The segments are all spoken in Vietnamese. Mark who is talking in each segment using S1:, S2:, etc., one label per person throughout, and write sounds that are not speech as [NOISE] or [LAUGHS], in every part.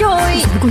S1: còn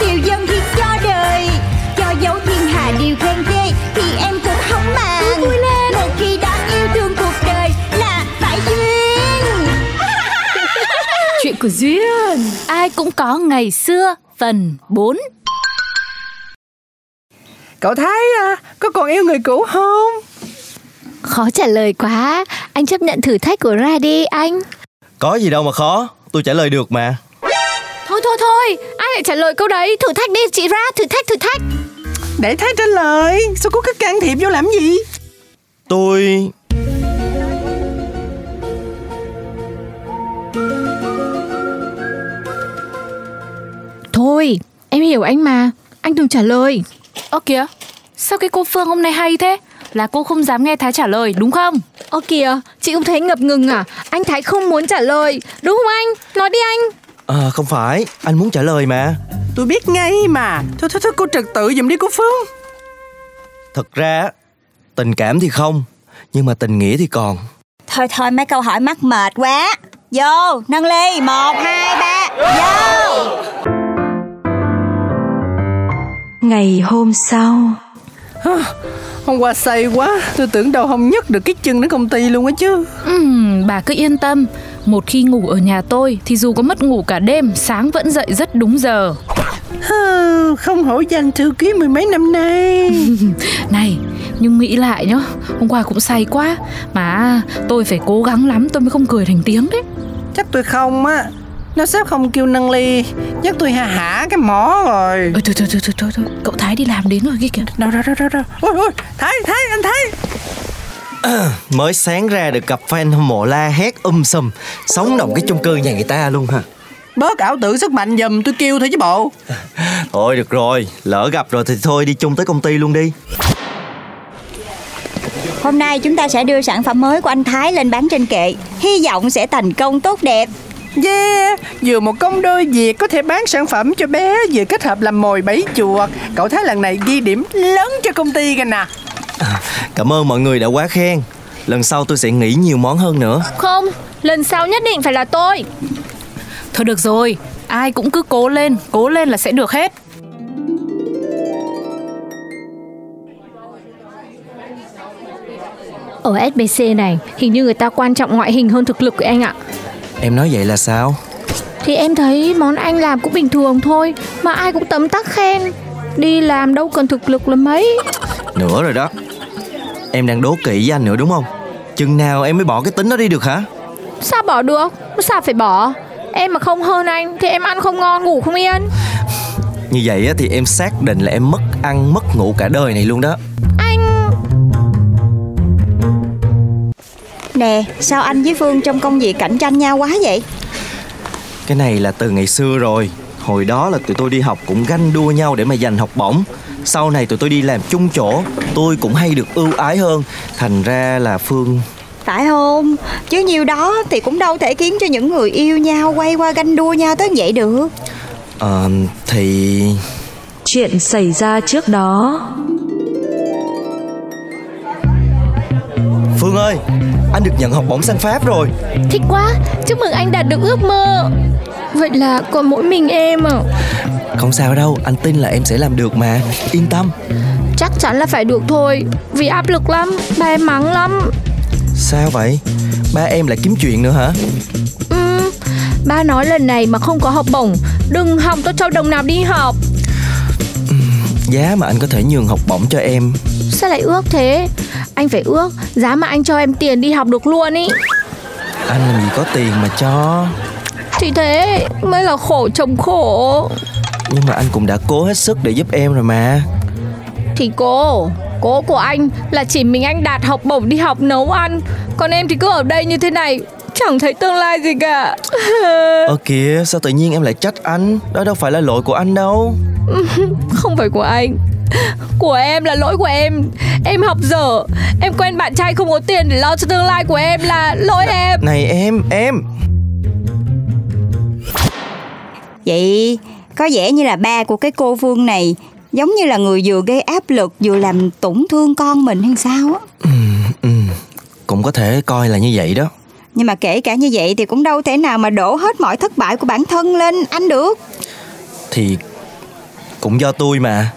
S2: Điều dân thì cho đời Cho dấu thiên hà điều khen ghê Thì em cũng không màng
S1: vui lên.
S2: Một khi đã yêu thương cuộc đời Là phải duyên
S1: Chuyện của duyên
S3: Ai cũng có ngày xưa phần 4
S4: Cậu Thái à, có còn yêu người cũ không?
S3: Khó trả lời quá Anh chấp nhận thử thách của Ra đi anh
S5: Có gì đâu mà khó, tôi trả lời được mà.
S3: Thôi thôi thôi Ai lại trả lời câu đấy Thử thách đi chị Ra Thử thách thử thách
S4: Để Thái trả lời, sao cô cứ can thiệp vô làm gì?
S5: Tôi
S3: Thôi em hiểu anh mà Anh đừng trả lời Ơ kìa Sao cái cô Phương hôm nay hay thế Là cô không dám nghe Thái trả lời đúng không Ơ kìa Chị cũng thấy ngập ngừng à Anh Thái không muốn trả lời Đúng không anh Nói đi anh
S5: à, không phải, anh muốn trả lời mà.
S4: Tôi biết ngay mà, thôi thôi thôi cô trật tự giùm đi cô Phương
S5: Thật ra tình cảm thì không, nhưng mà tình nghĩa thì còn.
S2: Thôi thôi mấy câu hỏi mắc mệt quá Vô, nâng ly, một, hai, ba Vô
S6: Ngày hôm sau
S4: Hôm qua say quá, tôi tưởng đâu không nhấc được cái chân đến công ty luôn á chứ
S7: Ừm, bà cứ yên tâm. Một khi ngủ ở nhà tôi thì dù có mất ngủ cả đêm, sáng vẫn dậy rất đúng giờ.
S4: Hừ, Không hổ danh thư ký mười mấy năm nay [LAUGHS]
S7: Này, nhưng nghĩ lại nhá, hôm qua cũng say quá. Mà tôi phải cố gắng lắm tôi mới không cười thành tiếng đấy.
S4: Chắc tôi không á Nó sếp không kêu nâng ly Chắc tôi hạ hả cái mỏ rồi
S7: Ôi, thôi, thôi, thôi, thôi, thôi, thôi, cậu Thái đi làm đến rồi kia kìa.
S4: Đâu đâu đâu đâu, đâu. Ôi ôi Thái Thái anh Thái
S5: Mới sáng ra được gặp fan hâm mộ la hét um sùm, sống động cái chung cư nhà người ta luôn ha.
S4: Bớt ảo tưởng sức mạnh giùm tôi kêu thôi chứ bộ
S5: Thôi được rồi, lỡ gặp rồi thì thôi đi chung tới công ty luôn đi.
S2: Hôm nay chúng ta sẽ đưa sản phẩm mới của anh Thái lên bán trên kệ Hy vọng sẽ thành công tốt đẹp
S4: Yeah, vừa một công đôi việc có thể bán sản phẩm cho bé Vừa kết hợp làm mồi bẫy chuột Cậu Thái lần này ghi điểm lớn cho công ty kìa nè
S5: À, Cảm ơn mọi người đã quá khen. Lần sau tôi sẽ nghĩ nhiều món hơn nữa.
S3: Không Lần sau nhất định phải là tôi
S7: Thôi được rồi, ai cũng cứ cố lên, cố lên là sẽ được hết.
S3: Ở SBC này Hình như người ta quan trọng ngoại hình hơn thực lực của anh ạ
S5: Em nói vậy là sao?
S3: Thì em thấy món anh làm cũng bình thường thôi Mà ai cũng tấm tắc khen Đi làm đâu cần thực lực là mấy
S5: Nữa rồi đó. Em đang đố kỵ với anh nữa đúng không? Chừng nào em mới bỏ cái tính đó đi được hả?
S3: Sao bỏ được Sao phải bỏ Em mà không hơn anh Thì em ăn không ngon ngủ không yên
S5: Như vậy á, thì em xác định là em mất ăn mất ngủ cả đời này luôn đó
S3: Anh
S2: Nè, sao anh với Phương trong công việc cạnh tranh nhau quá vậy?
S5: Cái này là từ ngày xưa rồi Hồi đó là tụi tôi đi học cũng ganh đua nhau để mà giành học bổng Sau này tụi tôi đi làm chung chỗ Tôi cũng hay được ưu ái hơn Thành ra là Phương
S2: Phải không? Chứ nhiều đó thì cũng đâu thể khiến cho những người yêu nhau quay qua ganh đua nhau tới vậy được
S5: ờ, Thì
S6: Chuyện xảy ra trước đó
S5: Phương ơi Anh được nhận học bổng sang Pháp rồi
S3: Thích quá Chúc mừng anh đạt được ước mơ Vậy là còn mỗi mình em à
S5: Không sao đâu Anh tin là em sẽ làm được mà Yên tâm
S3: Chắc chắn là phải được thôi Vì áp lực lắm Ba em mắng lắm
S5: Sao vậy Ba em lại kiếm chuyện nữa hả
S3: ừ, Ba nói lần này mà không có học bổng Đừng hòng tôi cho đồng nào đi học
S5: Giá mà anh có thể nhường học bổng cho em
S3: Sao lại ước thế Anh phải ước Giá mà anh cho em tiền đi học được luôn ý
S5: anh làm gì có tiền mà cho
S3: Thì thế mới là khổ chồng khổ
S5: nhưng mà anh cũng đã cố hết sức để giúp em rồi mà
S3: Thì cô Cố của anh là chỉ mình anh đạt học bổng đi học nấu ăn Còn em thì cứ ở đây như thế này Chẳng thấy tương lai gì cả [LAUGHS]
S5: ơ kìa sao tự nhiên em lại trách anh đó đâu phải là lỗi của anh đâu
S3: Không phải của anh Của em là lỗi của em Em học dở Em quen bạn trai không có tiền để lo cho tương lai của em là lỗi em
S5: này em em
S2: Vậy có vẻ như là ba của cái cô Vương này giống như là người vừa gây áp lực vừa làm tổn thương con mình hay sao á.
S5: ừ cũng có thể coi là như vậy đó
S2: Nhưng mà kể cả như vậy thì cũng đâu thể nào mà đổ hết mọi thất bại của bản thân lên anh được.
S5: thì cũng do tôi mà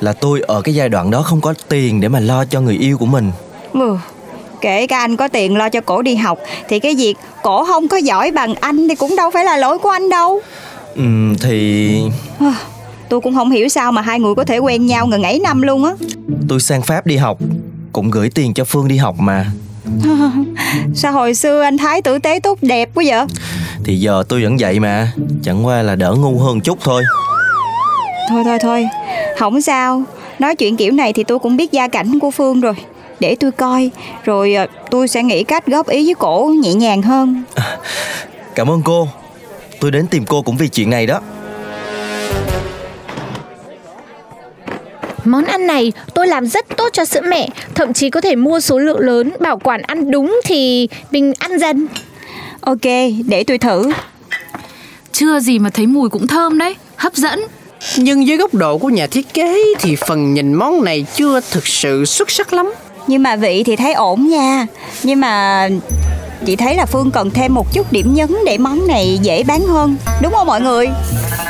S5: là tôi ở cái giai đoạn đó không có tiền để mà lo cho người yêu của mình
S2: Ừ. Kể cả anh có tiền lo cho cổ đi học thì cái việc cổ không có giỏi bằng anh thì cũng đâu phải là lỗi của anh đâu.
S5: Ừm, Ừ, thì
S2: Tôi cũng không hiểu sao mà hai người có thể quen nhau ngần ấy năm luôn á.
S5: tôi sang pháp đi học cũng gửi tiền cho phương đi học mà
S2: Sao hồi xưa anh Thái tử tế tốt đẹp quá vậy?
S5: thì giờ tôi vẫn vậy mà chẳng qua là đỡ ngu hơn chút thôi
S2: Thôi thôi thôi, không sao. Nói chuyện kiểu này thì tôi cũng biết gia cảnh của Phương rồi. Để tôi coi, rồi ờ, tôi sẽ nghĩ cách góp ý với cổ nhẹ nhàng hơn.
S5: cảm ơn cô tôi đến tìm cô cũng vì chuyện này đó
S8: Món ăn này tôi làm rất tốt cho sữa mẹ, thậm chí có thể mua số lượng lớn, bảo quản ăn đúng thì mình ăn dần.
S2: Ok, để tôi thử.
S7: Chưa gì mà thấy mùi cũng thơm đấy Hấp dẫn
S4: Nhưng dưới góc độ của nhà thiết kế thì phần nhìn món này chưa thực sự xuất sắc lắm.
S2: Nhưng mà vị thì thấy ổn nha. Nhưng mà chị thấy là Phương cần thêm một chút điểm nhấn để món này dễ bán hơn. Đúng không mọi người?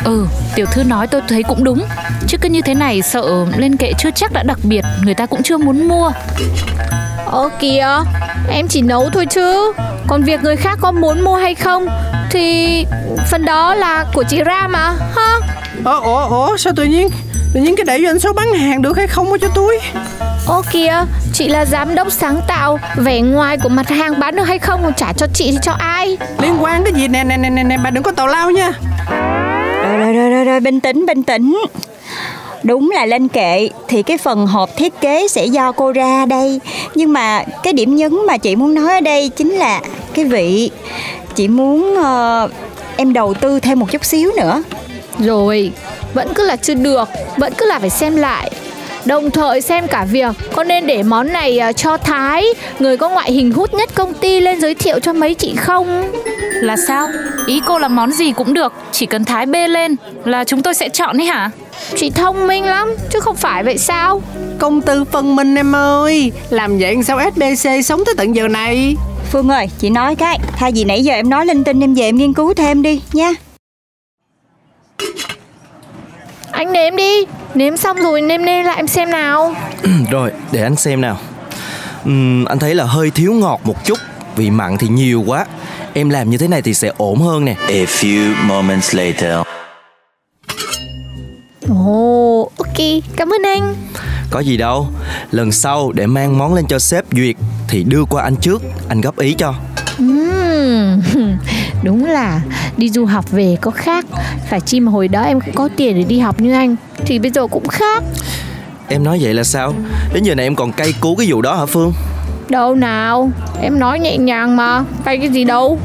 S7: Ừ tiểu thư nói tôi thấy cũng đúng Chứ cứ như thế này sợ lên kệ chưa chắc đã đặc biệt Người ta cũng chưa muốn mua
S8: Ơ kìa, em chỉ nấu thôi chứ. Còn việc người khác có muốn mua hay không thì phần đó là của chị ra mà, ha?
S4: Ồ, ồ, ồ, sao tự nhiên, tự nhiên cái để doanh số bán hàng được hay không có cho tôi?
S8: Ô kìa, chị là giám đốc sáng tạo, vẻ ngoài của mặt hàng bán được hay không còn trả cho chị thì cho ai?
S4: Liên quan cái gì nè, nè, nè, nè, nè, bà đừng có tào lao nha.
S2: Rồi, rồi, rồi, rồi, rồi, bình tĩnh, bình tĩnh. Đúng là lên kệ thì cái phần hộp thiết kế sẽ do cô ra đây. Nhưng mà cái điểm nhấn mà chị muốn nói ở đây chính là cái vị. Chị muốn ờ, em đầu tư thêm một chút xíu nữa.
S8: Rồi, vẫn cứ là chưa được, vẫn cứ là phải xem lại. Đồng thời xem cả việc có nên để món này à, cho Thái, người có ngoại hình hút nhất công ty lên giới thiệu cho mấy chị không?
S7: Là sao Ý cô là món gì cũng được Chỉ cần thái bê lên Là chúng tôi sẽ chọn ấy hả
S8: Chị thông minh lắm, chứ không phải vậy sao?
S4: Công tư phân minh em ơi, làm vậy làm sao SBC sống tới tận giờ này?
S2: Phương ơi, chị nói cái. Thay vì nãy giờ em nói linh tinh em về em nghiên cứu thêm đi nha.
S8: Anh nếm đi, nếm xong rồi nêm nêm lại em xem nào.
S5: Ừ, rồi để anh xem nào Ừm, anh thấy là hơi thiếu ngọt một chút vì mặn thì nhiều quá em làm như thế này thì sẽ ổn hơn nè
S9: A few moments later.
S8: Ồ, ok, cảm ơn anh.
S5: có gì đâu lần sau để mang món lên cho sếp duyệt thì đưa qua anh trước anh góp ý cho
S8: Ừm, [LAUGHS] đúng là đi du học về có khác Phải chi mà hồi đó em cũng có tiền để đi học như anh Thì bây giờ cũng khác
S5: em nói vậy là sao đến giờ này em còn cay cú cái vụ đó hả phương
S8: Đâu nào, em nói nhẹ nhàng mà Phải cái gì đâu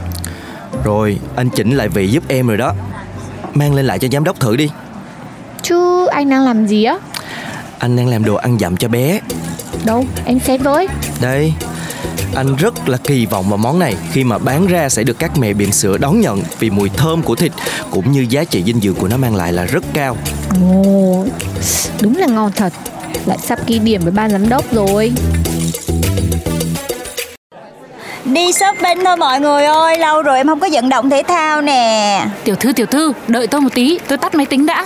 S5: rồi anh chỉnh lại vị giúp em rồi đó mang lên lại cho giám đốc thử đi
S8: Chứ anh đang làm gì á
S5: anh đang làm đồ ăn dặm cho bé
S8: Đâu, em xét với
S5: Đây, anh rất là kỳ vọng vào món này khi mà bán ra sẽ được các mẹ bỉm sữa đón nhận vì mùi thơm của thịt cũng như giá trị dinh dưỡng của nó mang lại là rất cao.
S8: Ồ, đúng là ngon thật Lại sắp ghi điểm với ban giám đốc rồi
S2: Đi shopping thôi mọi người ơi, lâu rồi em không có vận động thể thao nè.
S7: Tiểu thư tiểu thư Đợi tôi một tí Tôi tắt máy tính đã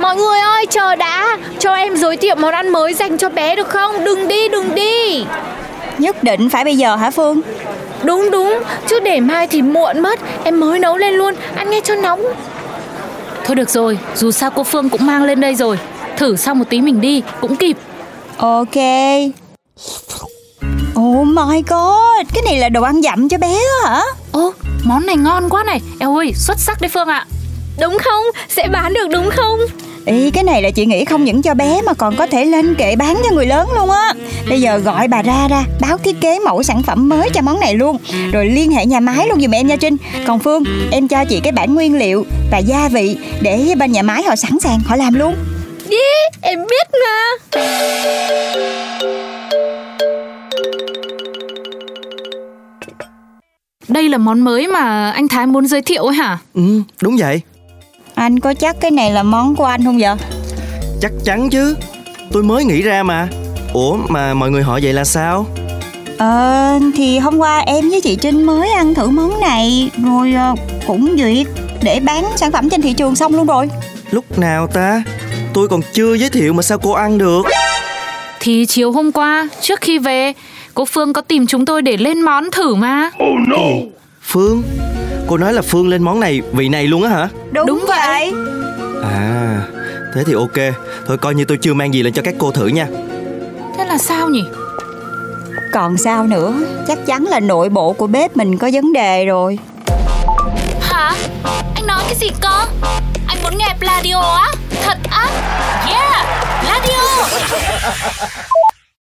S8: Mọi người ơi, chờ đã Cho em giới thiệu món ăn mới dành cho bé được không Đừng đi, đừng đi
S2: Nhất định phải bây giờ hả Phương?
S8: Đúng đúng, chứ để mai thì muộn mất Em mới nấu lên luôn, ăn nghe cho nóng
S7: Thôi được rồi Dù sao cô Phương cũng mang lên đây rồi Thử xong một tí mình đi Cũng kịp
S2: Ok. Ồ, Oh my god, cái này là đồ ăn dặm cho bé á hả?
S7: Ô, món này ngon quá này Eo ơi, xuất sắc đấy Phương ạ
S1: Đúng không? Sẽ bán được đúng không?
S2: Ý, cái này là chị nghĩ không những cho bé mà còn có thể lên kệ bán cho người lớn luôn á. Bây giờ gọi bà ra ra, báo thiết kế mẫu sản phẩm mới cho món này luôn. Rồi liên hệ nhà máy luôn dùm em nha Trinh. Còn Phương, em cho chị cái bản nguyên liệu và gia vị để bên nhà máy họ sẵn sàng họ làm luôn.
S1: Em biết mà
S7: Đây là món mới mà anh Thái muốn giới thiệu ấy hả
S5: Ừ, đúng vậy,
S2: Anh có chắc cái này là món của anh không vậy?
S5: chắc chắn chứ. Tôi mới nghĩ ra mà. Ủa mà mọi người hỏi vậy là sao?
S2: Ờ, thì hôm qua em với chị Trinh mới ăn thử món này rồi ờ, cũng duyệt để bán sản phẩm trên thị trường xong luôn rồi.
S5: Lúc nào ta? Tôi còn chưa giới thiệu mà sao cô ăn được?
S7: Thì chiều hôm qua, trước khi về Cô Phương có tìm chúng tôi để lên món thử mà
S5: Phương, cô nói là Phương lên món này vị này luôn á hả?
S2: Đúng, vậy.
S5: À, thế thì ok. Thôi coi như tôi chưa mang gì lên cho các cô thử nha.
S7: Thế là sao nhỉ
S2: Còn sao nữa, chắc chắn là nội bộ của bếp mình có vấn đề rồi.
S10: Hả? Anh nói cái gì cơ? Anh muốn nghe Pladio á? Thật á? Yeah! Pladio!